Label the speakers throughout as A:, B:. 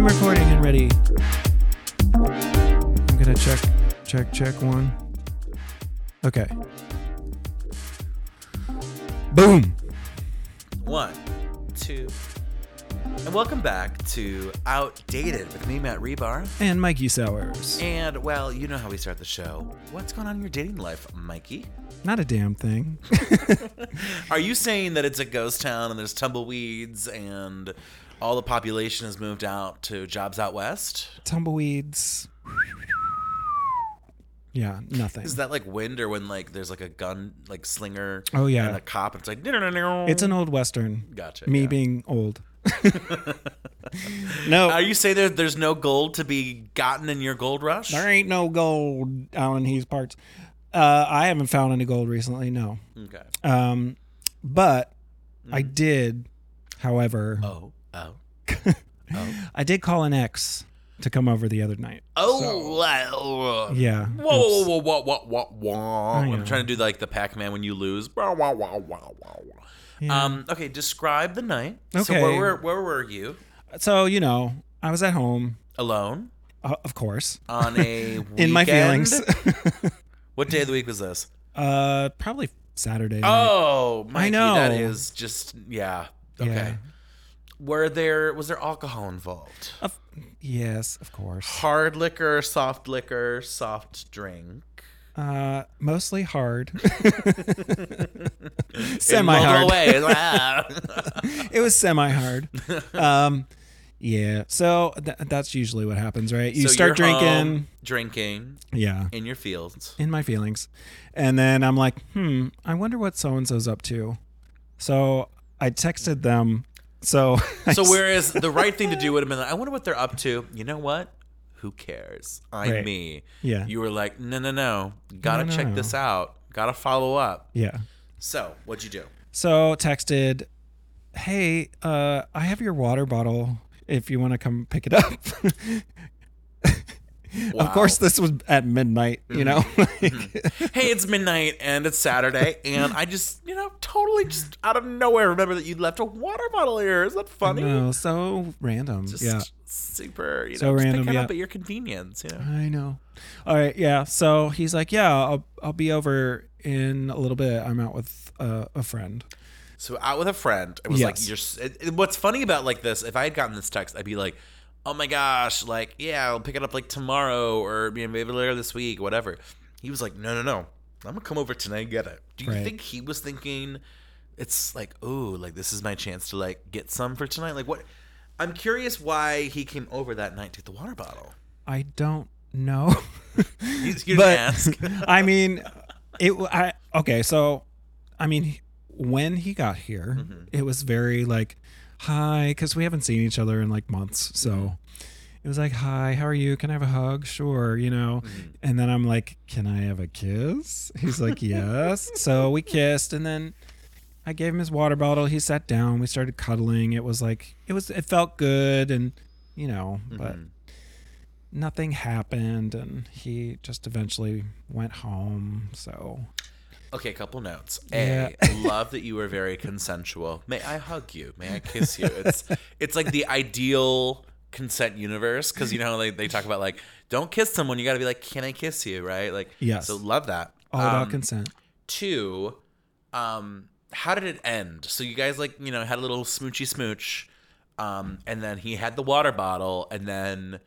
A: recording and ready. I'm gonna check, check, check one. Okay. Boom.
B: One, two, and welcome back to Outdated with me, Matt Rebar.
A: And Mikey Sowers.
B: And, well, you know how we start the show. What's going on in your dating life, Mikey?
A: Not a damn thing.
B: Are you saying that it's a ghost town and there's tumbleweeds and all the population has moved out to jobs out west?
A: Tumbleweeds. Yeah, nothing.
B: Is that like wind or when like there's like a gun like slinger
A: Oh, yeah.
B: and a cop it's like "No-no-no-no."
A: It's an old western.
B: Gotcha,
A: Me
B: yeah.
A: being old. no,
B: Are you saying there, there's no gold to be gotten in your gold rush?
A: there ain't no gold out in these parts. Uh, I haven't found any gold recently. No.
B: Okay.
A: Um, but I did, however,
B: Mm. Oh, oh.
A: I did call an ex to come over the other night.
B: Oh, wow.
A: Yeah.
B: Whoa,
A: oops.
B: whoa, whoa, whoa, whoa, whoa, whoa.
A: I know.
B: I'm trying to do like the Pac-Man when you lose. Wah, wah, wah, wah, wah, wah.
A: Yeah.
B: Um, okay, describe the night. So
A: Okay.
B: where were, where were you?
A: So you know, I was at home,
B: Alone?
A: uh, of course,
B: On a
A: in my
B: weekend?
A: feelings.
B: What day of the week was this?
A: uh, probably Saturday. night.
B: Oh, Mikey,
A: know.
B: that is just yeah. Okay. Were there was there alcohol involved?
A: Of, yes, of course.
B: Hard liquor, soft liquor, soft drink.
A: Uh, mostly hard.
B: In
A: semi
B: multiple
A: hard.
B: ways.
A: It was semi hard. Um, yeah. So th- that's usually what happens, right? You
B: So
A: start
B: you're
A: drinking.
B: home, drinking
A: Yeah.
B: in your fields.
A: in my feelings. And then I'm like, hmm, I wonder what so and so's up to. So I texted them. So, I
B: So
A: s-
B: whereas the right thing to do would have been, like, I wonder what they're up to. You know what? Who cares? I'm
A: Right.
B: me.
A: Yeah.
B: You were like, no, no, no. Gotta
A: No, no,
B: check
A: no.
B: this out. Gotta follow up.
A: yeah.
B: So what'd you do?
A: So texted, hey, uh, I have your water bottle if you want to come pick it up.
B: Wow.
A: Of course, this was at midnight,
B: Mm-hmm.
A: you know? Like,
B: Hey, it's midnight and it's Saturday, and I just, you know, totally just out of nowhere remember that you left a water bottle here. Is that funny?
A: no, so random.
B: Just
A: yeah.
B: super, you know,
A: So
B: just
A: random,
B: pick it
A: yeah.
B: up at your convenience, you know.
A: I know. All right, yeah. So he's like, yeah, I'll, I'll be over in a little bit. I'm out with uh, a friend.
B: So out with a friend, it was
A: Yes.
B: like you're. s- It, it- what's funny about like this? If I had gotten this text, I'd be like, "Oh my gosh, like yeah, I'll pick it up like tomorrow or you know, maybe later this week, whatever." He was like, "No, no, no, I'm gonna come over tonight and get it." Do you
A: Right.
B: think he was thinking it's like, "Oh, like this is my chance to like get some for tonight"? Like what? I'm curious why he came over that night to get the water bottle.
A: I don't know.
B: He's here
A: But-
B: to ask.
A: I mean, it. w- I okay. So, I mean, when he got here, it was very like, hi, because we haven't seen each other in like months. So, it was like, hi, how are you? Can I have a hug? Sure, you know. And then I'm like, can I have a kiss? He's like, yes. So we kissed, and then I gave him his water bottle. He sat down. We started cuddling. It was like it was. It felt good, and you know, but nothing happened and he just eventually went home so
B: Okay, couple notes.
A: Yeah.
B: A, love that you were very consensual. May I hug you? May I kiss you? It's it's like the ideal consent universe because you know how they, they talk about like don't kiss someone. You got to be like, can I kiss you? Right? Like
A: Yes.
B: So love that.
A: all about
B: Um,
A: consent
B: two, um, how did it end? So you guys like you know had a little smoochy smooch, um, and then he had the water bottle, and then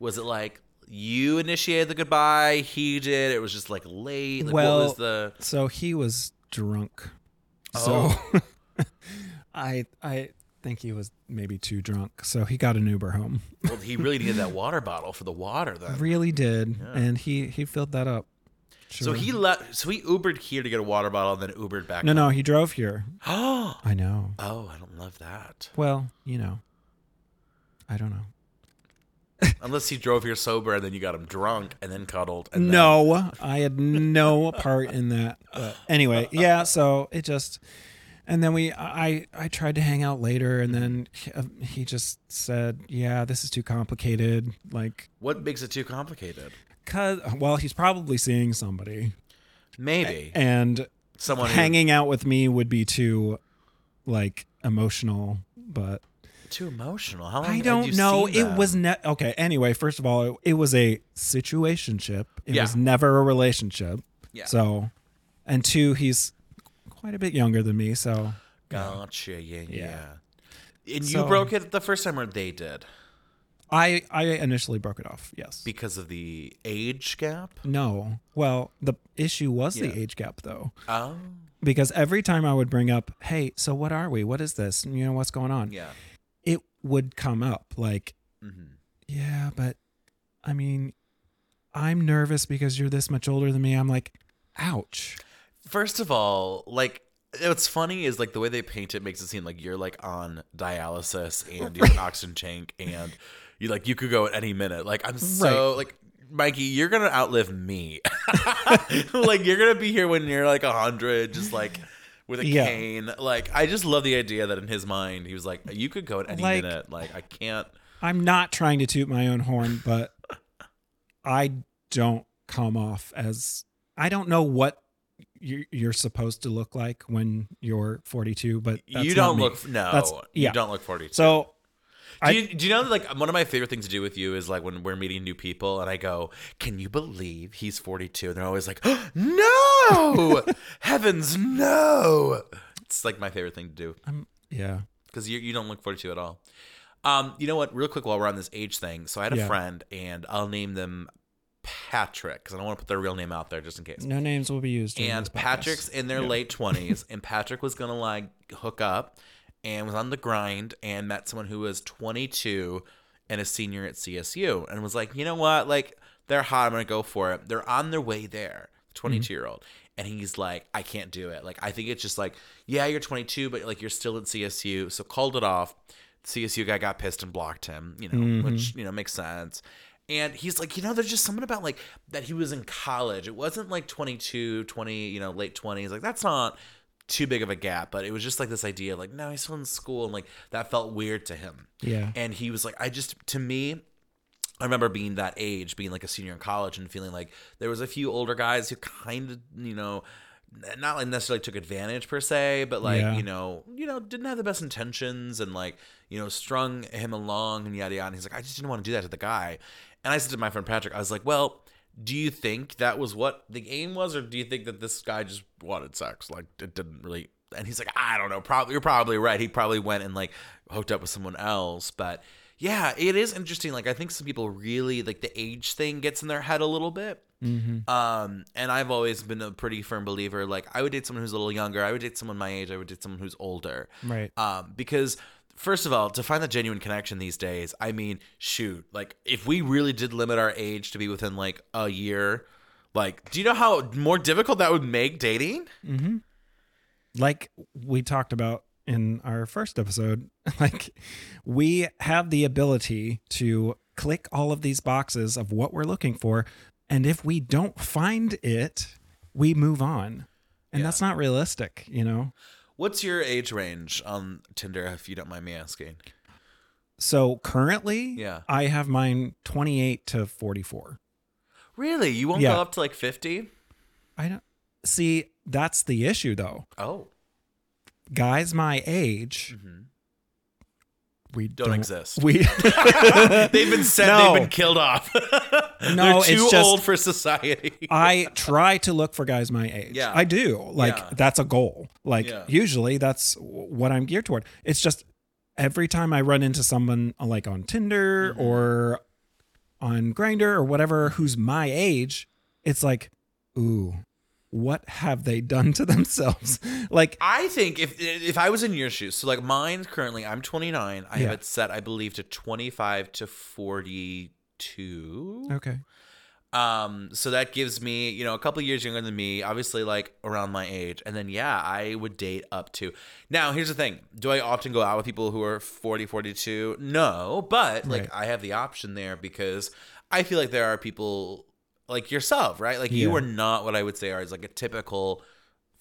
B: was it like? You initiated the goodbye. He did. It was just like late. Like,
A: Well,
B: what was the
A: so he was drunk
B: Oh.
A: so i i think he was maybe too drunk so he got an uber home
B: Well, he really needed that water bottle for the water, then.
A: really did and he he filled that up
B: So he left. So he Ubered here to get a water bottle, and then Ubered back.
A: no no he drove here
B: Oh,
A: i know
B: oh, I don't love that.
A: well you know i don't know
B: Unless he drove here sober, and then you got him drunk, and then cuddled. And
A: No, I had no part in that. But anyway, yeah. So it just, and then we, I, I tried to hang out later, and then he- uh, he just said, "Yeah, this is too complicated." Like,
B: Then, what makes it too complicated?
A: cause well, he's probably seeing somebody,
B: Maybe
A: and
B: someone who-
A: hanging out with me would be too, like, emotional. But
B: Too emotional. How long
A: I
B: had you
A: don't know.
B: seen
A: It
B: them?
A: was ne- okay. Anyway, first of all, it, it was a situationship. It
B: Yeah.
A: was never a relationship.
B: Yeah.
A: So, and two, he's quite a bit younger than me. So
B: Gotcha. Yeah, yeah.
A: Yeah.
B: And you
A: So-
B: broke it the first time, or they did
A: I I initially broke it off. Yes.
B: because of the age gap.
A: no. Well, the issue was
B: Yeah.
A: the age gap, though,
B: Oh,
A: because every time I would bring up, "Hey, so what are we? What is this? You know what's going on?"
B: yeah.
A: It would come up like,
B: hmm
A: "Yeah, but I mean, I'm nervous because you're this much older than me." I'm like, "Ouch."
B: First of all, like what's funny is like the way they paint it makes it seem like you're like on dialysis and you're an oxygen tank and you like you could go at any minute. Like I'm so like Mikey, you're gonna outlive me. like you're gonna be here when you're like a hundred, just like with a
A: Yeah.
B: cane. Like I just love the idea that in his mind he was like, you could go at any
A: Like-
B: minute. Like I can't.
A: I'm not trying to toot my own horn, but I don't come off as I don't know what you- you're supposed to look like when you're 42, but that's not
B: you don't
A: me.
B: look no.
A: That's-
B: You
A: yeah.
B: don't look forty.
A: so. I-
B: do, you, do you know that like one of my favorite things to do with you is like when we're meeting new people and I go, "Can you believe he's 42?" And they're always like, "Oh, "No, heavens, no!" It's like my favorite thing to do
A: I'm yeah.
B: because you you don't look 42 at all. Um, you know what? Real quick, while we're on this age thing, so I had a
A: Yeah.
B: friend and I'll name them Patrick because I don't want to put their real name out there just in case
A: No names will be used. during
B: and
A: this podcast.
B: Patrick's in their late twenties, and Patrick was gonna like hook up, and was on the grind, and met someone who was 22 and a senior at CSU, and was like, you know what, like they're hot, I'm gonna go for it. They're on their way there, 22 year old, and he's like, I can't do it. Like I think it's just like, yeah, you're 22, but like you're still at CSU, so called it off. CSU guy got pissed and blocked him, you know,
A: Mm-hmm.
B: which you know makes sense. And he's like, you know, there's just something about like that he was in college. It wasn't like 22, 20, you know, late 20s. Like that's not too big of a gap, but it was just like this idea of like, no, he's still in school and like that felt weird to him.
A: Yeah.
B: And he was like, I just to me I remember being that age, being like a senior in college and feeling like there was a few older guys who kind of, you know, n- not like necessarily took advantage per se, but like,
A: Yeah.
B: you know, you know, didn't have the best intentions and like, you know, strung him along and yada yada. And he's like, I just didn't want to do that to the guy. And I said to my friend Patrick, I was like, well, do you think that was what the aim was, or do you think that this guy just wanted sex? Like it didn't really. And he's like, I don't know. Probably you're probably right. He probably went and like hooked up with someone else. But yeah, it is interesting. Like I think some people really like the age thing gets in their head a little bit.
A: mm-hmm,
B: Um, and I've always been a pretty firm believer. Like I would date someone who's a little younger. I would date someone my age. I would date someone who's older
A: Right.
B: um, because first of all to find the genuine connection these days i mean shoot like if we really did limit our age to be within like a year like do you know how more difficult that would make dating
A: Mm-hmm. Like we talked about in our first episode, like we have the ability to click all of these boxes of what we're looking for. And if we don't find it, we move on. And
B: Yeah.
A: that's not realistic, you know?
B: what's your age range on tinder if you don't mind me asking
A: So currently,
B: Yeah.
A: I have mine 28 to 44.
B: really you won't
A: Yeah.
B: go up to like 50
A: I don't see that's the issue though.
B: oh
A: Guys my age, we
B: Mm-hmm. Don't
A: don't,
B: exist.
A: We
B: they've been said
A: No.
B: they've been killed off
A: No,
B: they're
A: it's
B: too
A: just-
B: old for society
A: I try to look for guys my age.
B: Yeah.
A: I do. Like
B: Yeah.
A: that's a goal. Like
B: Yeah.
A: usually that's w- what I'm geared toward. It's just every time I run into someone uh, like on Tinder
B: Mm-hmm.
A: or on Grinder or whatever who's my age, it's like, ooh, what have they done to themselves? like
B: I think if if I was in your shoes, so like mine currently, I'm 29. I
A: Yeah.
B: have it set, I believe, to 25 to 42.
A: okay.
B: Um, so that gives me, you know, a couple years younger than me, obviously like around my age. And then yeah, I would date up to. Now, here's the thing. Do I often go out with people who are 40, 42? No, but like
A: Right.
B: I have the option there because I feel like there are people like yourself, right? Like you
A: Yeah.
B: are not what I would say are is like a typical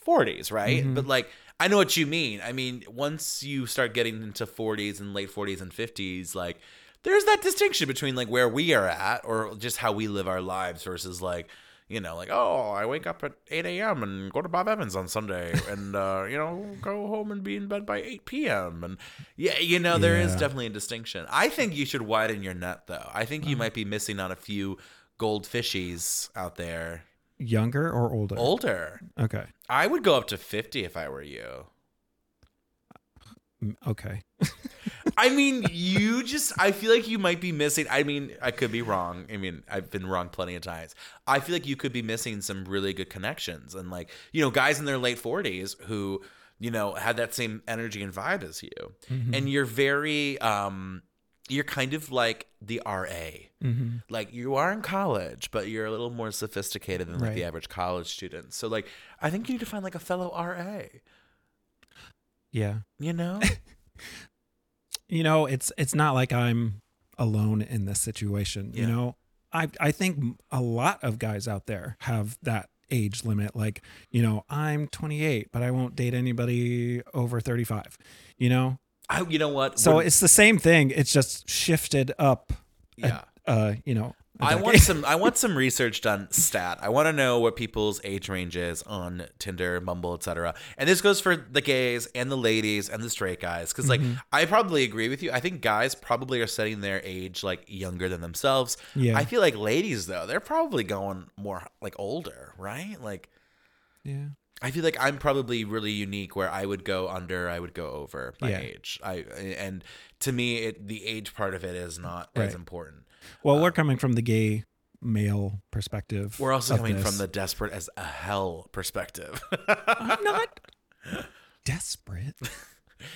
B: 40s, right? But like I know what you mean. I mean, once you start getting into 40s and late 40s and 50s, like there's that distinction between like where we are at or just how we live our lives versus like you know, like, oh, I wake up at 8 a.m. and go to Bob Evans on Sunday and, uh, you know, go home and be in bed by 8 p.m. And yeah, you know, there is
A: Yeah.
B: definitely a distinction. I think you should widen your net, though. I think you might be missing on a few goldfishies out there.
A: Younger or older?
B: Older.
A: Okay.
B: I would go up to 50 if I were you.
A: Mm, Okay.
B: I mean, you just, I feel like you might be missing. I mean, I could be wrong. I mean, I've been wrong plenty of times. I feel like you could be missing some really good connections and, like, you know, guys in their late 40s who, you know, had that same energy and vibe as you.
A: Mhm.
B: And you're very, um, you're kind of like the RA.
A: Mhm.
B: Like, you are in college, but you're a little more sophisticated than, like, the
A: Right.
B: average college student. So, like, I think you need to find, like, a fellow RA,
A: Yeah.
B: you know?
A: you know it's it's not like i'm alone in this situation
B: Yeah.
A: you know i i think a lot of guys out there have that age limit like you know i'm 28 but i won't date anybody over 35 you know
B: I, you know what?
A: so
B: When-
A: it's the same thing it's just shifted up a-
B: yeah.
A: uh you know a
B: I want
A: decade.
B: some. I want some research done. Stat. I want to know what people's age range is on Tinder, Mumble, etc. And this goes for the gays and the ladies and the straight guys. Because like,
A: Mm-hmm.
B: I probably agree with you. I think guys probably are setting their age like younger than themselves.
A: Yeah.
B: I feel like ladies though, they're probably going more like older, right? Like,
A: yeah
B: I feel like I'm probably really unique where I would go under, I would go over my
A: Yeah.
B: age. I and to me, it, the age part of it is not
A: Right.
B: as important.
A: well we're coming from the gay male perspective
B: Uh, We're also
A: of
B: coming
A: this.
B: from the desperate as a hell perspective.
A: i'm not desperate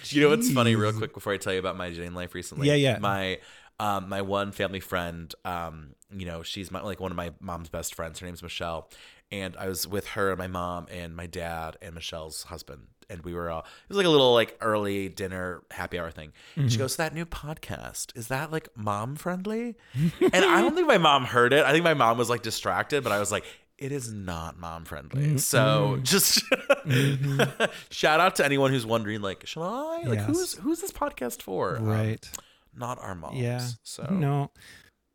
B: you know what's funny, real
A: Jeez.
B: quick, before I tell you about my dating life recently?
A: Yeah, yeah.
B: My um, my one family friend, um, you know, she's my like one of my mom's best friends. Her name's Michelle, and I was with her and my mom and my dad and Michelle's husband, and we were all it was like a little like early dinner happy hour thing. And she
A: Mm-hmm.
B: goes, "That new podcast is that like mom friendly?" and I don't think my mom heard it. I think my mom was like distracted, but I was like. It is not mom
A: Mm-hmm.
B: friendly. So just Oh. Mm-hmm. shout out to anyone who's wondering, like, shall I? Like,
A: Yes.
B: who's who's this podcast for? Um,
A: right
B: not our moms.
A: yeah
B: So,
A: no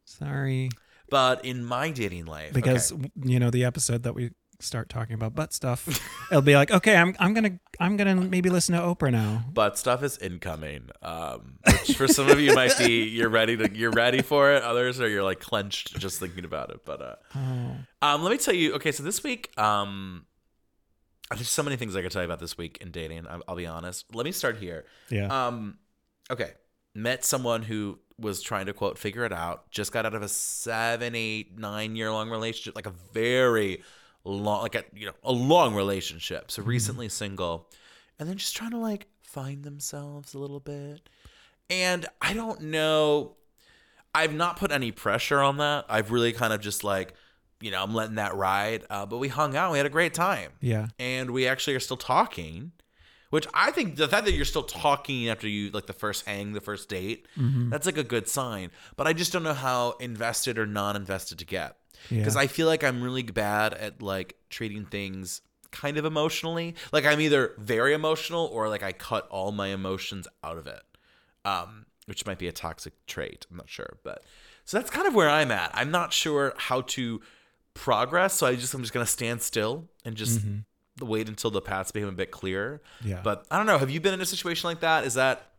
A: sorry
B: but in my dating life,
A: because
B: okay.
A: w you know the episode that we start talking about butt stuff it'll be like okay i'm i'm going to i'm going to maybe listen to oprah now
B: butt stuff is incoming. Um, which for some of you might be you're ready to you're ready for it. Others are you're like clenched just thinking about it. But uh,
A: oh
B: um, let me tell you. Okay, so this week, um, there's so many things I could tell you about this week in dating. I'll, I'll be honest. Let me start here.
A: yeah
B: Um, okay. Met someone who was trying to quote figure it out. Just got out of a seven, eight, nine year long relationship, like a very long, like a you know a long relationship. So recently single, and then just trying to like find themselves a little bit. And I don't know. I've not put any pressure on that. I've really kind of just like, you know, I'm letting that ride. Uh, but we hung out. We had a great time
A: yeah
B: and we actually are still talking which i think the fact that you're still talking after you like the first hang the first date that's like a good sign but i just don't know how invested or non-invested to get
A: yeah
B: because i feel like i'm really bad at like treating things kind of emotionally like i'm either very emotional or like i cut all my emotions out of it um which might be a toxic trait i'm not sure but so that's kind of where i'm at i'm not sure how to progress so i just i'm just gonna stand still and just
A: Mhm.
B: wait until the paths become a bit clearer.
A: yeah
B: But I don't know. Have you been in a situation like that? Is that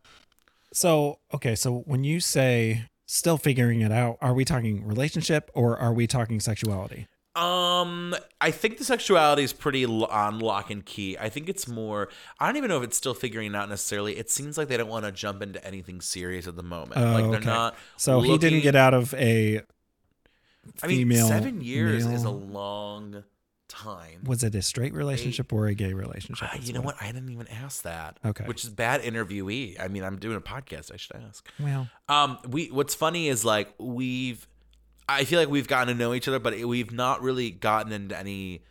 A: so okay so when you say still figuring it out are we talking relationship or are we talking sexuality
B: um? I think the sexuality is pretty l- on lock and key. I think it's more. I don't even know if it's still figuring it out necessarily. It seems like they don't want to jump into anything serious at the moment.
A: Oh,
B: like they're
A: okay.
B: not.
A: so he didn't
B: looking-
A: get out of a
B: I mean,
A: female
B: seven years
A: male-
B: is a long time.
A: was it a straight relationship or a gay relationship
B: Ah,
A: is
B: you know what? I didn't even ask that.
A: Okay.
B: Which is bad interviewee. I mean, I'm doing a podcast. I should ask.
A: well
B: Um, we what's funny is like we've, I feel like we've gotten to know each other, but we've not really gotten into any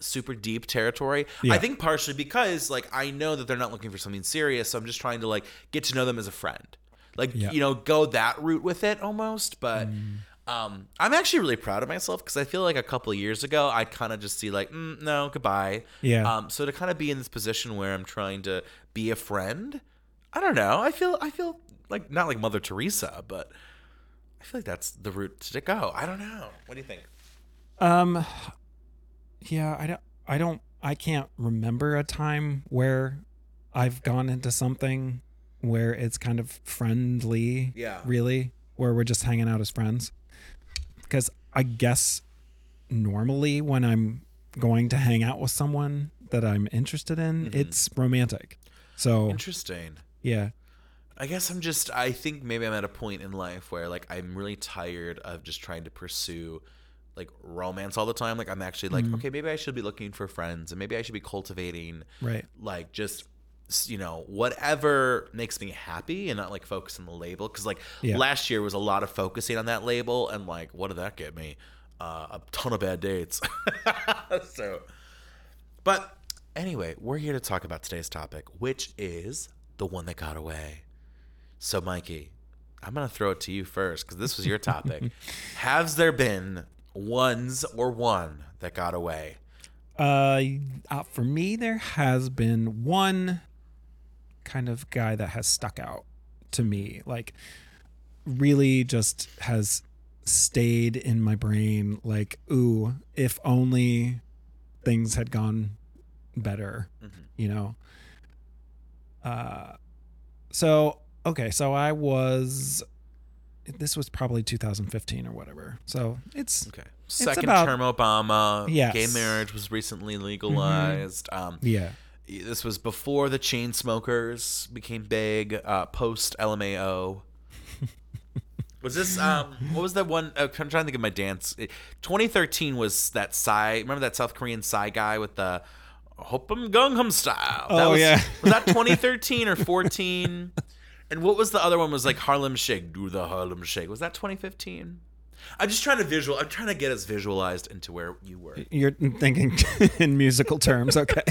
B: super deep territory.
A: Yeah.
B: I think partially because like I know that they're not looking for something serious, so I'm just trying to like get to know them as a friend, like
A: Yeah. Mm.
B: you know go that route with it almost. But um, I'm actually really proud of myself because I feel like a couple of years ago I kind of just see like mm, no goodbye.
A: yeah
B: Um, so to kind of be in this position where I'm trying to be a friend, I don't know. I feel I feel like not like Mother Teresa, but I feel like that's the route to go. I don't know. What do you think?
A: Um, yeah, I don't, I don't, I can't remember a time where I've gone into something where it's kind of friendly,
B: Yeah.
A: really, where we're just hanging out as friends. Because I guess normally when I'm going to hang out with someone that I'm interested in,
B: Mhm.
A: it's romantic. So
B: Interesting.
A: yeah,
B: I guess I'm just I think maybe I'm at a point in life where like I'm really tired of just trying to pursue like romance all the time. Like I'm actually like,
A: Mhm.
B: okay, maybe I should be looking for friends and maybe I should be cultivating
A: right.
B: like just s- you know whatever makes me happy and not like focus on the label because like
A: Yeah.
B: last year was a lot of focusing on that label and like what did that get me uh, a ton of bad dates so but anyway we're here to talk about today's topic which is the one that got away so mikey i'm gonna throw it to you first because this was your topic has there been ones or one that got away
A: Uh, uh, for me, there has been one kind of guy that has stuck out to me, like really just has stayed in my brain. Like, ooh, if only things had gone better,
B: Mhm.
A: you know. Uh, so okay, so I was. This was probably 2015 or whatever. So it's
B: Okay. Second
A: about-
B: term Obama.
A: Yes. Mm-hmm.
B: Gay marriage was recently legalized. Um,
A: yeah,
B: this was before the chain smokers became big, uh, post LMAO. was this, um, what was that one? Uh, I'm trying to think of my dance. It- 2013 was that Psy, remember that South Korean Psy guy with the Hopum Gungham style? that
A: Oh,
B: was,
A: yeah.
B: was that 2013 or 14? And what was the other one? Was like Harlem Shake. Do the Harlem Shake. Was that 2015? I'm just trying to visual. I'm trying to get us visualized into where you were.
A: You're thinking in musical terms, okay?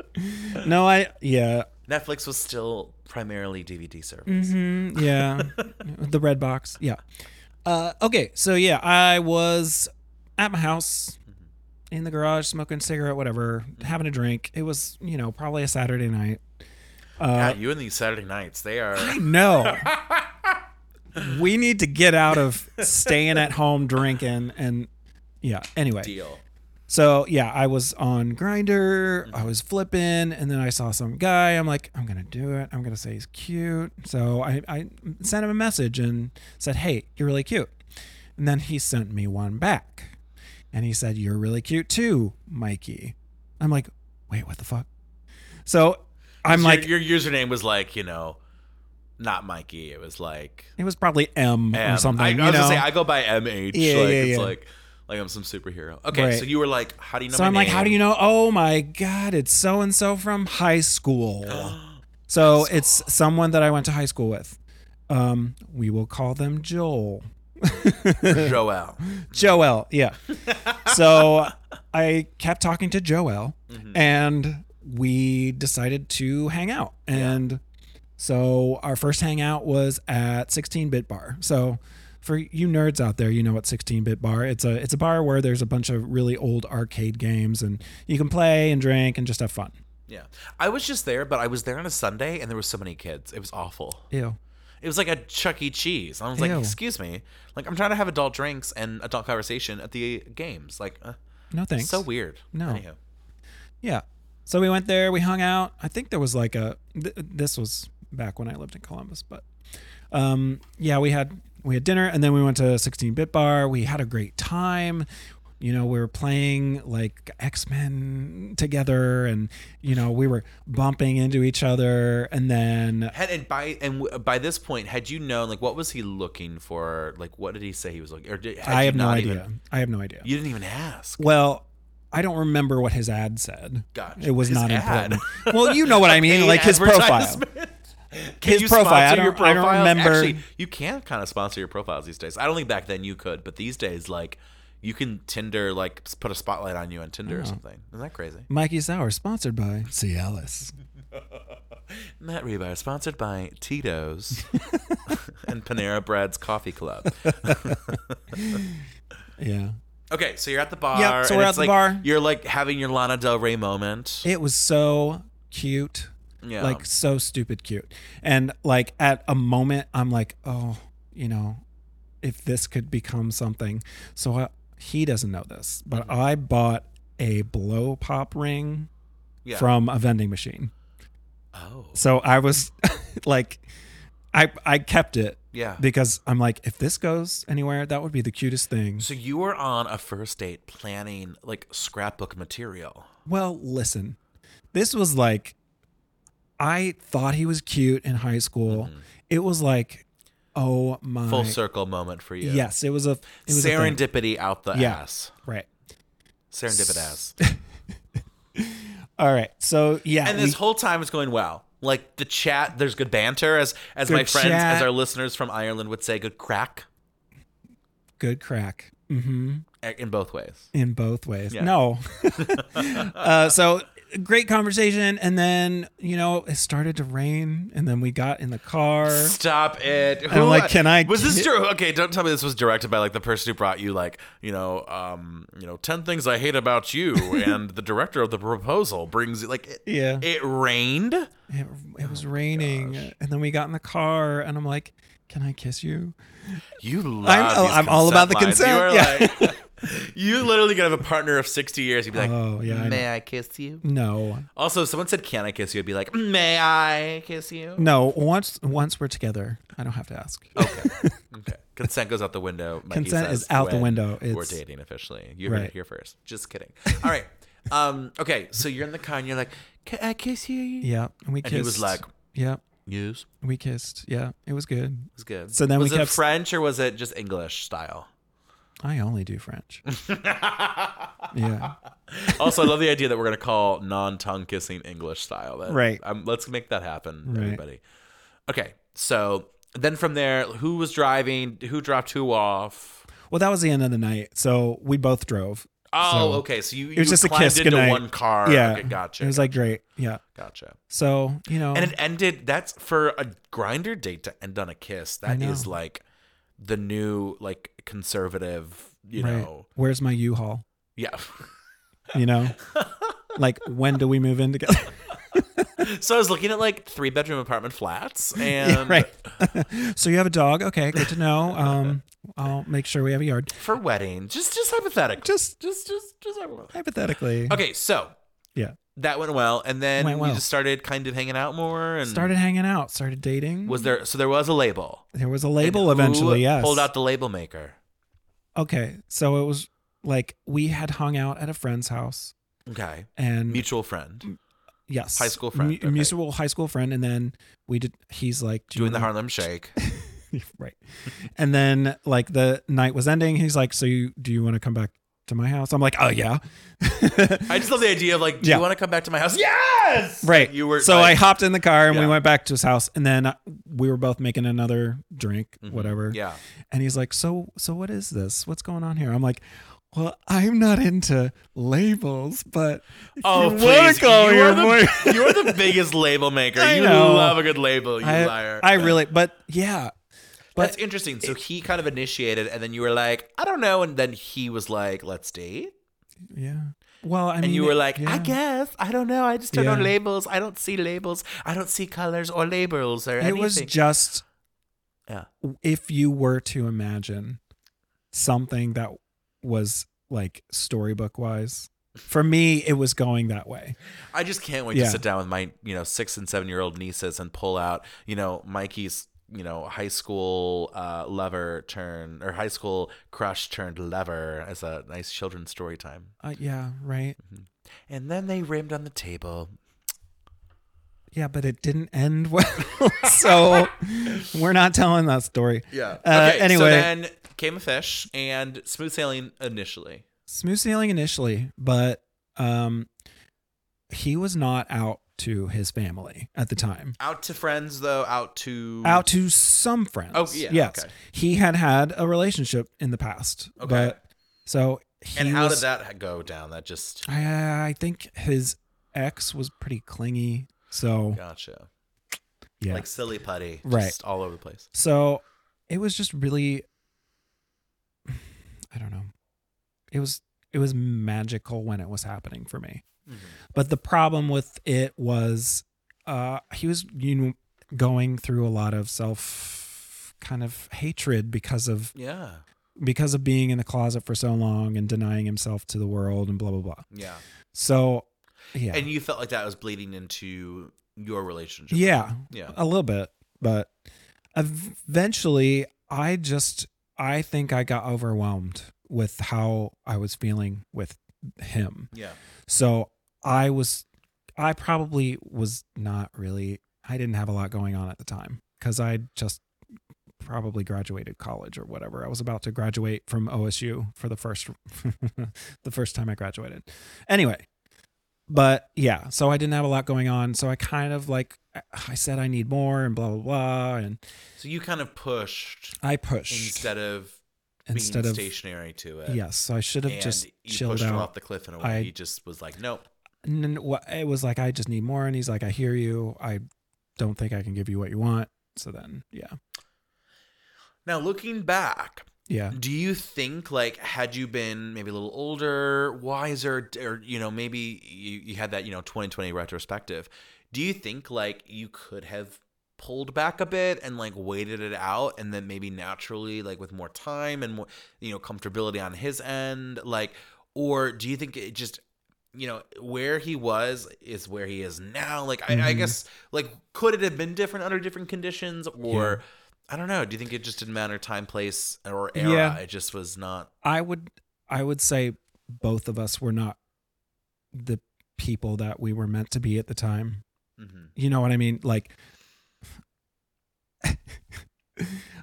A: no, I yeah,
B: Netflix was still primarily DVD service.
A: mm-hmm, yeah, the red box, yeah. Uh, okay, so yeah, I was at my house in the garage smoking cigarette, whatever, having a drink. It was you know probably a Saturday night. Uh,
B: God, you and these Saturday nights, they are.
A: No. We need to get out of staying at home drinking and yeah. Anyway,
B: deal.
A: So yeah, I was on Grinder, I was flipping, and then I saw some guy. I'm like, I'm gonna do it. I'm gonna say he's cute. So I, I sent him a message and said, Hey, you're really cute. And then he sent me one back. And he said, You're really cute too, Mikey. I'm like, wait, what the fuck? So I'm like
B: your, your username was like, you know, not Mikey. It was like
A: it was probably M,
B: M.
A: or something.
B: I, I
A: you
B: was
A: know?
B: gonna say I go by MH.
A: Yeah,
B: like,
A: yeah,
B: It's
A: yeah.
B: like like I'm some superhero. Okay,
A: Right.
B: so you were like, how do you know?
A: so I'm like, how do you know? Oh my god, it's so and so from high school. so it's someone that I went to high school with. Um, we will call them Joel.
B: Joel?
A: Joel, yeah. so I kept talking to Joel
B: Mhm.
A: and we decided to hang out. And so our first hangout was at 16 Bit Bar. So for you nerds out there, you know what 16 Bit Bar. It's a it's a bar where there's a bunch of really old arcade games and you can play and drink and just have fun.
B: Yeah, I was just there, but I was there on a Sunday, and there were so many kids. It was awful.
A: Ew.
B: It was like a Chuck E. Cheese. I was like,
A: Ew.
B: excuse me, like I'm trying to have adult drinks and adult conversation at the games. Like, uh,
A: No thanks.
B: so weird.
A: No.
B: Anywho.
A: Yeah. So we went there, we hung out. I think there was like a th- this was back when I lived in Columbus, but um yeah, we had we had dinner and then we went to 16-bit bar. We had a great time. You know, we were playing like X-Men together and you know, we were bumping into each other and then
B: Had, and by and w- by this point, had you known like what was he looking for? Like what did he say he was looking? Or did, had
A: I
B: you
A: have no
B: not
A: idea.
B: even-
A: I have no idea.
B: you didn't even ask.
A: Well, I don't remember what his ad said.
B: Gotcha.
A: It was
B: His
A: not
B: ad.
A: important. Well, you know what I mean,
B: Paid
A: like his profile.
B: advertisement. Can
A: His
B: you
A: profile, I
B: sponsor your
A: don't- I don't
B: profiles?
A: remember-
B: Actually, you can kind of sponsor your profiles these days. I don't think back then you could, but these days, like you can Tinder, like s- put a spotlight on you on Tinder or
A: Uh-huh.
B: something. Isn't that crazy?
A: Mikey Sour sponsored by Cialis.
B: Matt Rebar, sponsored by Tito's and Panera Bread's Coffee Club.
A: Yeah.
B: Okay, so you're at the bar.
A: Yeah, so
B: and
A: we're
B: it's
A: at the
B: like-
A: bar.
B: You're like having your Lana Del Rey moment.
A: It was so cute.
B: yeah.
A: Like so stupid cute. And like at a moment I'm like, "Oh, you know, if this could become something." So I he doesn't know this, but
B: Mm-hmm.
A: I bought a blow pop ring
B: Yeah.
A: from a vending machine.
B: oh.
A: So I was like, I I kept it
B: Yeah.
A: because I'm like, if this goes anywhere, that would be the cutest thing.
B: so you were on a first date planning like scrapbook material.
A: Well, listen, this was like, I thought he was cute in high school. It was like, oh my,
B: Mm-hmm. Full circle moment for you.
A: Yes, it was a it was a thing.
B: Serendipity out the
A: Yeah.
B: ass.
A: right.
B: Serendipit ass.
A: All right, so yeah,
B: And this
A: we-
B: whole time it's going well. Like the chat, there's good banter, as as my
A: Good
B: friends, as
A: chat.
B: our listeners from Ireland would say, good crack
A: good crack. hmm
B: eh, in both ways.
A: in both ways.
B: Yeah.
A: No. uh, so great conversation, and then you know it started to rain, and then we got in the car.
B: Stop it!
A: I'm like, can I
B: Was this
A: ki-
B: true? Okay, don't tell me this was directed by like the person who brought you like you know um you know ten things I hate about you, and the director of the proposal brings it like it,
A: Yeah,
B: it rained.
A: it, it was raining, and then we got in the car, and I'm like, "Can I kiss you?"
B: You love.
A: I'm-
B: these
A: I'm all about the
B: consent lines.
A: consent,
B: You are like, you literally could have a partner of sixty years. You'd be like,
A: Oh, yeah, I know.
B: may I kiss you?
A: No,
B: Also, if someone said, "Can I kiss you?" I'd be like, "May I kiss you?"
A: no. Once once we're together, I don't have to ask.
B: Okay. okay. Consent goes out the window. Mikey
A: Consent
B: says,
A: is out the
B: when
A: window.
B: we're
A: It's-
B: dating officially. You heard it
A: Right.
B: here first. Just kidding. All right. Um. Okay. So you're in the car and you're like, "Can I kiss you?"
A: Yeah, and we
B: And
A: kissed.
B: he was like-
A: "Yeah,
B: Yes. It
A: we kissed. Yeah, it was good.
B: was good.
A: So then
B: was
A: we
B: it
A: kept-
B: French or was it just English style?
A: I only do French." yeah.
B: Also, I love the idea that we're gonna call non-tongue kissing English style. That-
A: Right.
B: Um, let's make that happen,
A: Right.
B: everybody. Okay. So then from there, who was driving? Who dropped who off?
A: Well, that was the end of the night, so we both drove.
B: Oh,
A: So-
B: okay. So you
A: It was
B: you
A: just a
B: climbed
A: kiss
B: into
A: goodnight.
B: one car.
A: yeah,
B: Okay, gotcha.
A: It was like great. Yeah.
B: gotcha.
A: So you know,
B: And it ended. That's for a grinder date to end on a kiss. That
A: know.
B: is like the new like conservative. You
A: right.
B: know,
A: where's my U-Haul?
B: yeah.
A: You know, like when do we move in together?
B: so I was looking at like three bedroom apartment flats, and
A: Yeah, right. so you have a dog? Okay, good to know. Um, I'll make sure we have a yard.
B: for wedding, just just hypothetical,
A: Just
B: just just just hypothetical.
A: hypothetically,
B: Okay, so
A: Yeah.
B: that went well, and then
A: Went well.
B: you just started kind of hanging out more, and
A: started hanging out, started dating.
B: Was there so there was a label?
A: there was a
B: And
A: label
B: who
A: eventually? Yes.
B: Pulled out the label maker.
A: Okay, so it was like we had hung out at a friend's house,
B: Okay,
A: and
B: mutual friend
A: yes,
B: high school friend,
A: mu-
B: okay.
A: mutual high school friend, and then we did. He's like do you
B: doing the
A: wanna-
B: Harlem Shake.
A: right and then like the night was ending he's like so you, do you want to come back to my house i'm like oh yeah
B: I just love the idea of like, do
A: Yeah.
B: you want to come back to my house? Yes.
A: right
B: You were
A: so i
B: like-
A: hopped in the car and
B: Yeah.
A: we went back to his house and then uh, we were both making another drink
B: Mhm.
A: whatever
B: Yeah.
A: and he's like so so what is this what's going on here i'm like well i'm not into labels but if
B: Oh
A: you wanna
B: please! You
A: go
B: are,
A: your way-
B: the, you are the biggest label maker.
A: I
B: you
A: know.
B: love a good label. Oh, You
A: I,
B: liar.
A: I really but yeah
B: That's interesting. So he kind of initiated, and then you were like, I don't know, and then he was like, Let's date.
A: yeah well i mean
B: And you were like, I
A: yeah.
B: guess I don't know. I just don't know
A: Yeah.
B: labels. I don't see labels. I don't see colors or labels or
A: it
B: anything.
A: was just
B: yeah.
A: if you were to imagine something that was like storybook wise, for me, it was going that way.
B: I just can't wait to
A: Yeah.
B: sit down with my, you know, six and seven year old nieces and pull out, you know, Mikey's, you know, high school uh, lover turn or high school crush turned lover as a nice children's story time.
A: Uh, yeah, right.
B: And then they rimmed on the table.
A: Yeah, but it didn't end well. so we're not telling that story.
B: Yeah.
A: Uh, anyway,
B: So then came a fish and smooth sailing initially.
A: smooth sailing initially, but um, he was not out to his family at the time.
B: Out to friends though. Out to
A: Out to some friends.
B: Mm. Oh, yeah,
A: Yes.
B: okay.
A: He had had a relationship in the past.
B: Okay.
A: But so he
B: And how
A: was,
B: did that go down? That just
A: I, I think his ex was pretty clingy. So
B: gotcha.
A: yeah.
B: Like silly putty.
A: Right.
B: Just all over the place.
A: so it was just really I don't know. It was it was magical when it was happening for me. But the problem with it was uh he was you know going through a lot of self kind of hatred because of
B: Yeah.
A: because of being in the closet for so long and denying himself to the world and blah blah blah.
B: Yeah.
A: So yeah.
B: And you felt like that was bleeding into your relationship.
A: yeah,
B: Yeah.
A: a little bit, but eventually I just I think I got overwhelmed with how I was feeling with him.
B: Yeah.
A: So I was, I probably was not really, I didn't have a lot going on at the time because I just probably graduated college or whatever. I was about to graduate from OSU for the first, the first time I graduated. Anyway, but yeah, so I didn't have a lot going on. So I kind of like, I said I need more and blah, blah, blah. And
B: So you kind of pushed
A: I pushed
B: instead of
A: instead
B: being
A: of,
B: stationary to it.
A: yes, so I should have
B: and
A: just
B: you
A: chilled
B: pushed him
A: out.
B: off the cliff in a way.
A: I-
B: he just was like, nope.
A: And then wha- it was like, I just need more. And he's like, I hear you. I don't think I can give you what you want. So then, yeah.
B: Now looking back,
A: Yeah.
B: do you think like had you been maybe a little older, wiser, d- or you know maybe you, you had that you know 2020 retrospective? Do you think like you could have pulled back a bit and like waited it out, and then maybe naturally like with more time and more you know comfortability on his end, like, or do you think it just you know where he was is where he is now like I, I
A: Mhm.
B: guess like could it have been different under different conditions or i don't know do you think it just didn't matter time place or era
A: Yeah.
B: it just was not
A: I would, I would say both of us were not the people that we were meant to be at the time.
B: hmm
A: You know what I mean? Like,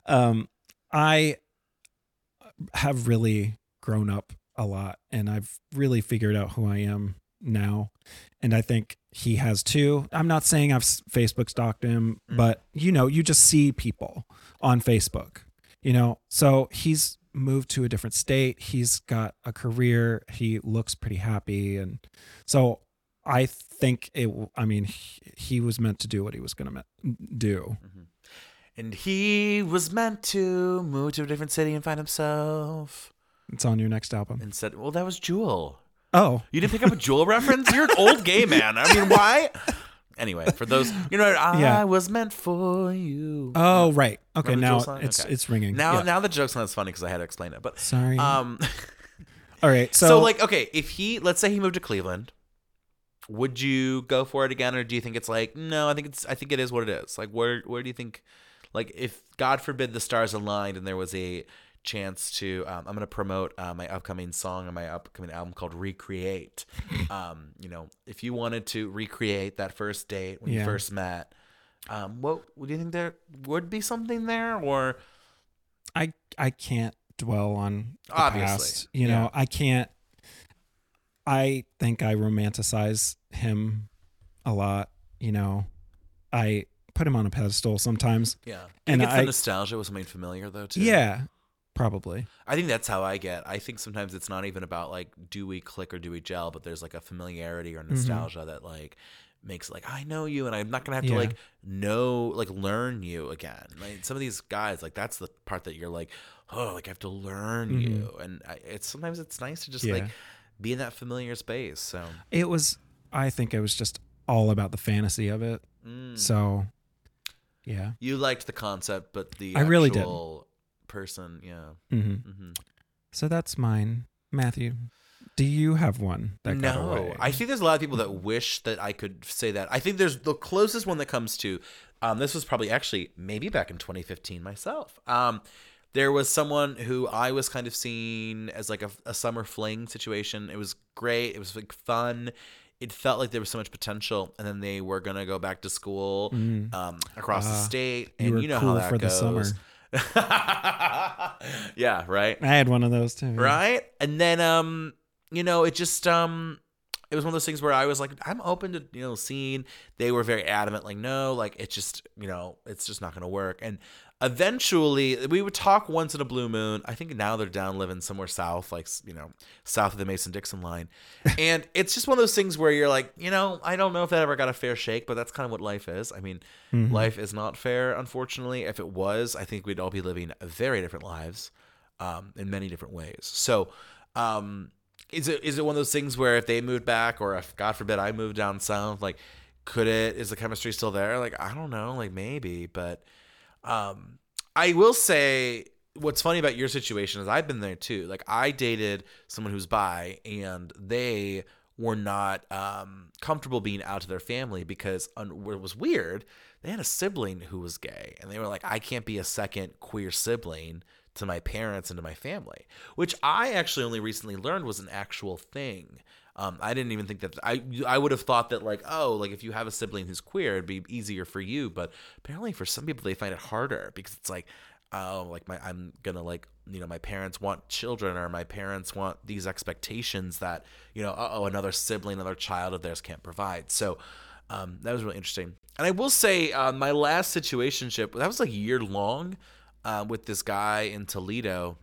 A: um, I have really grown up a lot and I've really figured out who I am now. And I think he has too. I'm not saying I've s- Facebook stalked him,
B: Mm.
A: but you know, you just see people on Facebook, you know? So he's moved to a different state. He's got a career. He looks pretty happy. And so I think it, w- I mean, he, he was meant to do what he was going to do.
B: Mm-hmm. and he was meant to move to a different city and find himself
A: It's on your next album.
B: and said well that was jewel
A: Oh,
B: you didn't pick up a jewel reference you're an old gay man i mean why anyway for those you know i
A: Yeah.
B: was meant for you
A: Oh right. Okay,
B: Remember
A: now
B: Jill's line?
A: it's
B: Okay.
A: it's ringing.
B: now
A: Yeah.
B: now the joke's not as funny because i had to explain it but
A: Sorry.
B: um
A: All right. So,
B: So, like, okay, if he, let's say he moved to Cleveland, would you go for it again, or do you think it's like, no, I think it's, I think it is what it is. Like, where, where do you think, like, if God forbid the stars aligned and there was a chance to, um, I'm gonna promote uh, my upcoming song and my upcoming album called Recreate. um, you know, if you wanted to recreate that first date when
A: Yeah.
B: you first met, um, what do you think there would be something there, or
A: I I can't dwell on the
B: Obviously,
A: past. You know, I can't I think I romanticize him a lot, you know. I put him on a pedestal sometimes.
B: yeah, Do you
A: And
B: think it's
A: I-
B: the nostalgia with something familiar though too.
A: Yeah. Probably.
B: I think that's how I get. I think sometimes it's not even about like do we click or do we gel, but there's like a familiarity or
A: Mm-hmm.
B: nostalgia that like makes like I know you and I'm not gonna have
A: Yeah.
B: to like know like learn you again. Like some of these guys, like that's the part that you're like, oh, like I have to learn
A: Mhm.
B: you, and I, it's sometimes it's nice to just like
A: Yeah.
B: be in that familiar space. So
A: It was I think it was just all about the fantasy of it.
B: mm.
A: So yeah.
B: you liked the concept, but the
A: I really did.
B: actual person, yeah.
A: hmm
B: hmm
A: So that's mine. Matthew, do you have one that got away?
B: I think there's a lot of people that wish that I could say that. I think there's the closest one that comes to. Um, this was probably actually maybe back in 2015 myself. Um, there was someone who I was kind of seeing as like a, a summer fling situation. It was great. It was like fun. It felt like there was so much potential, and then they were gonna go back to school
A: Mm.
B: um, across the
A: Ah,
B: state,
A: you
B: and
A: were
B: you know how
A: cool
B: that
A: for the
B: goes.
A: summer.
B: yeah, right
A: I had one of those too. yeah.
B: right and then um you know it just um it was one of those things where i was like i'm open to you know seeing they were very adamant like no like it's just you know it's just not gonna work and eventually we would talk once in a blue moon i think now they're down living somewhere south like you know south of the mason-dixon line and it's just one of those things where you're like you know i don't know if that ever got a fair shake but that's kind of what life is i mean
A: Mhm.
B: life is not fair unfortunately if it was i think we'd all be living very different lives um, in many different ways so um, is it is it one of those things where if they moved back or if god forbid i moved down south like could it is the chemistry still there like i don't know like maybe but um, i will say what's funny about your situation is I've been there too. Like I dated someone who's bi and they were not um, comfortable being out to their family because un- what was weird, they had a sibling who was gay and they were like, I can't be a second queer sibling to my parents and to my family, which I actually only recently learned was an actual thing. Um, I didn't even think that I I would have thought that like oh like if you have a sibling who's queer it'd be easier for you but apparently for some people they find it harder because it's like oh like my i'm gonna like you know my parents want children or my parents want these expectations that you know oh another sibling another child of theirs can't provide so um, that was really interesting and i will say uh, my last situationship that was like year long uh, with this guy in toledo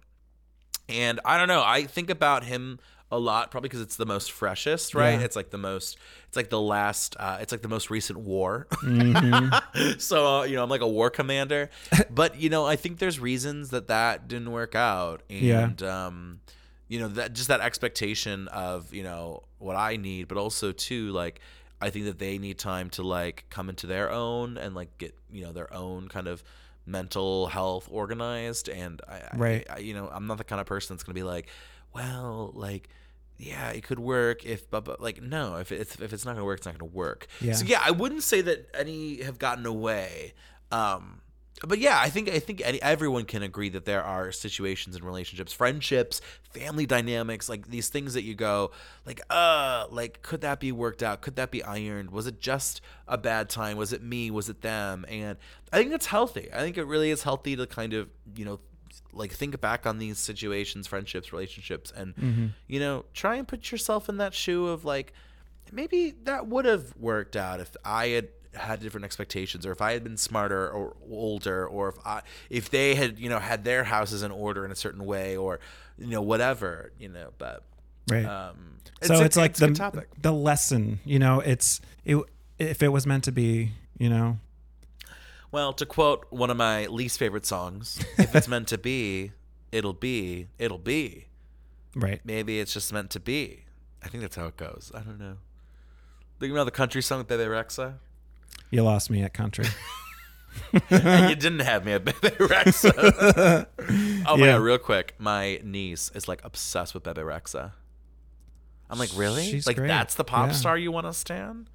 B: and i don't know i think about him a lot probably because it's the most freshest right
A: Yeah.
B: it's like the most it's like the last uh, it's like the most recent war
A: Mhm.
B: so uh, you know, I'm like a war commander, but you know, I think there's reasons that that didn't work out,
A: Yeah.
B: and um, you know, that just that expectation of you know what I need, but also too like I think that they need time to like come into their own and like get you know their own kind of mental health organized, and I, I-
A: Right.
B: I, you know, I'm not the kind of person that's gonna be like, well, like. Yeah, it could work if, but, but like no, if it's if it's not gonna work, it's not gonna work.
A: Yeah.
B: So yeah, I wouldn't say that any have gotten away. Um, but yeah, I think I think any, everyone can agree that there are situations and relationships, friendships, family dynamics, like these things that you go like, uh, like could that be worked out? Could that be ironed? Was it just a bad time? Was it me? Was it them? And I think that's healthy. I think it really is healthy to kind of you know like think back on these situations, friendships, relationships, and you know try and put yourself in that shoe of like maybe that would have worked out if I had had different expectations or if I had been smarter or older or if I if they had, you know, had their houses in order in a certain way or you know whatever, you know, but
A: right.
B: um
A: so it's, like
B: a
A: the
B: good topic.
A: the lesson, you know. It's it if it was meant to be, you know.
B: Well, to quote one of my least favorite songs, if it's meant to be, it'll be, it'll be.
A: Right.
B: Maybe it's just meant to be. I think that's how it goes. I don't know. You know the country song Bebe Rexa?
A: You lost me at country.
B: and you didn't have me at Bebe Rexa. oh my
A: Yeah.
B: god, real quick, my niece is like obsessed with Bebe Rexa. I'm like, really?
A: She's
B: like
A: great.
B: that's the pop
A: Yeah.
B: star you want to stand?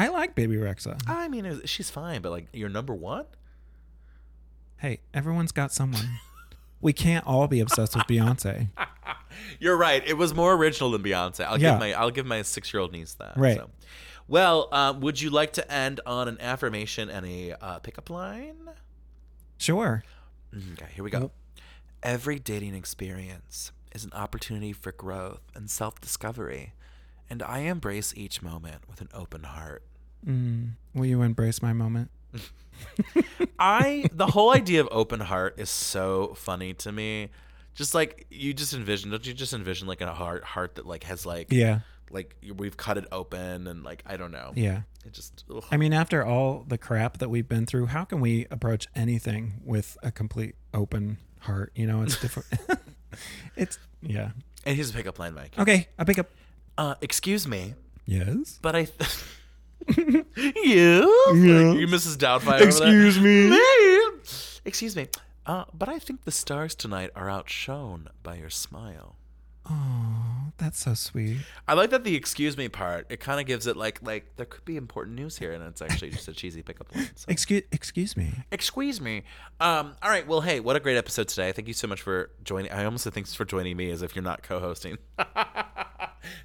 A: I like Baby Rexa.
B: I mean, it was- she's fine, but like you're number one.
A: Hey, everyone's got someone. We can't all be obsessed with Beyonce.
B: You're right. It was more original than Beyonce. I'll
A: Yeah.
B: give my I'll give my six year old niece that.
A: Right.
B: So. Well, uh, would you like to end on an affirmation and a uh, pickup line? Mm-hmm,
A: Sure.
B: Okay, here we go. Every dating experience is an opportunity for growth and self discovery, and I embrace each moment with an open heart.
A: Mm, will you embrace my moment?
B: I, the whole idea of open heart is so funny to me. Just like you just envision, don't you just envision like a heart, heart that like has like,
A: Yeah.
B: like we've cut it open and like, I don't know.
A: Yeah.
B: It just, ugh.
A: I mean, after all the crap that we've been through, how can we approach anything with a complete open heart? You know, it's different. it's, yeah.
B: and here's a pickup line, Mike.
A: Okay. I pick up.
B: Uh, excuse me,
A: Yes.
B: but I, th- you,
A: Yeah.
B: you Mrs. Doubtfire. over there.
A: me.
B: Excuse me. Uh, but I think the stars tonight are outshone by your smile.
A: Oh, that's so sweet.
B: I like that the excuse me part. It kind of gives it like like there could be important news here, and it's actually just a cheesy pickup line. So.
A: Excuse, excuse me.
B: Excuse me. Um, all right. Well, hey, what a great episode today. Thank you so much for joining. I almost said thanks for joining me as if you're not co-hosting.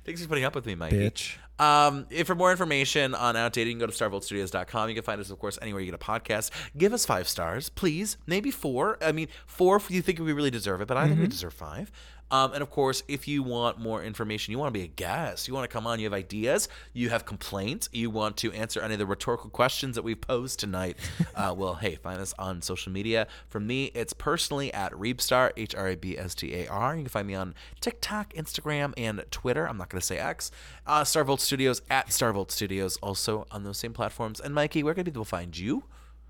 B: thanks for putting up with me, Mike.
A: Bitch.
B: Um, if for more information on outdated, you can go to starvoltstudios.com. You can find us, of course, anywhere you get a podcast. Give us five stars, please. Maybe four. I mean, four if you think we really deserve it, but I think we deserve five. Um, and of course, if you want more information, you want to be a guest, you want to come on, you have ideas, you have complaints, you want to answer any of the rhetorical questions that we've posed tonight, uh, well, hey, find us on social media. From me, it's personally at Reebstar, H R A B S T A R. You can find me on TikTok, Instagram, and Twitter. I'm not going to say X. Uh, Starvolt Studios at Starvolt Studios, also on those same platforms. And Mikey, where can people find you?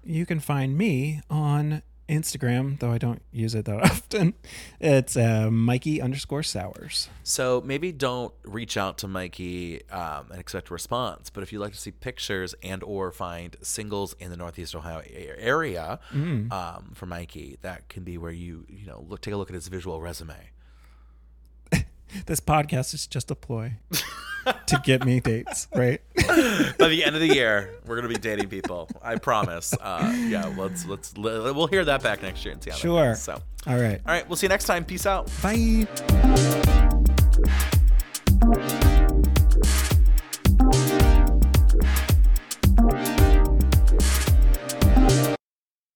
A: You can find me on Instagram, though I don't use it that often. It's uh, Mikey underscore Sours.
B: So maybe don't reach out to Mikey um, and expect a response. But if you'd like to see pictures and or find singles in the Northeast Ohio a- area um, for Mikey, that can be where you you know look take a look at his visual resume.
A: This podcast is just a ploy to get me dates, right?
B: By the end of the year, we're gonna be dating people. I promise. Uh, yeah, let's let's we'll hear that back next year and see how. that
A: Sure.
B: goes. So, all
A: All right.
B: right, we'll see you next time. Peace out.
A: Bye.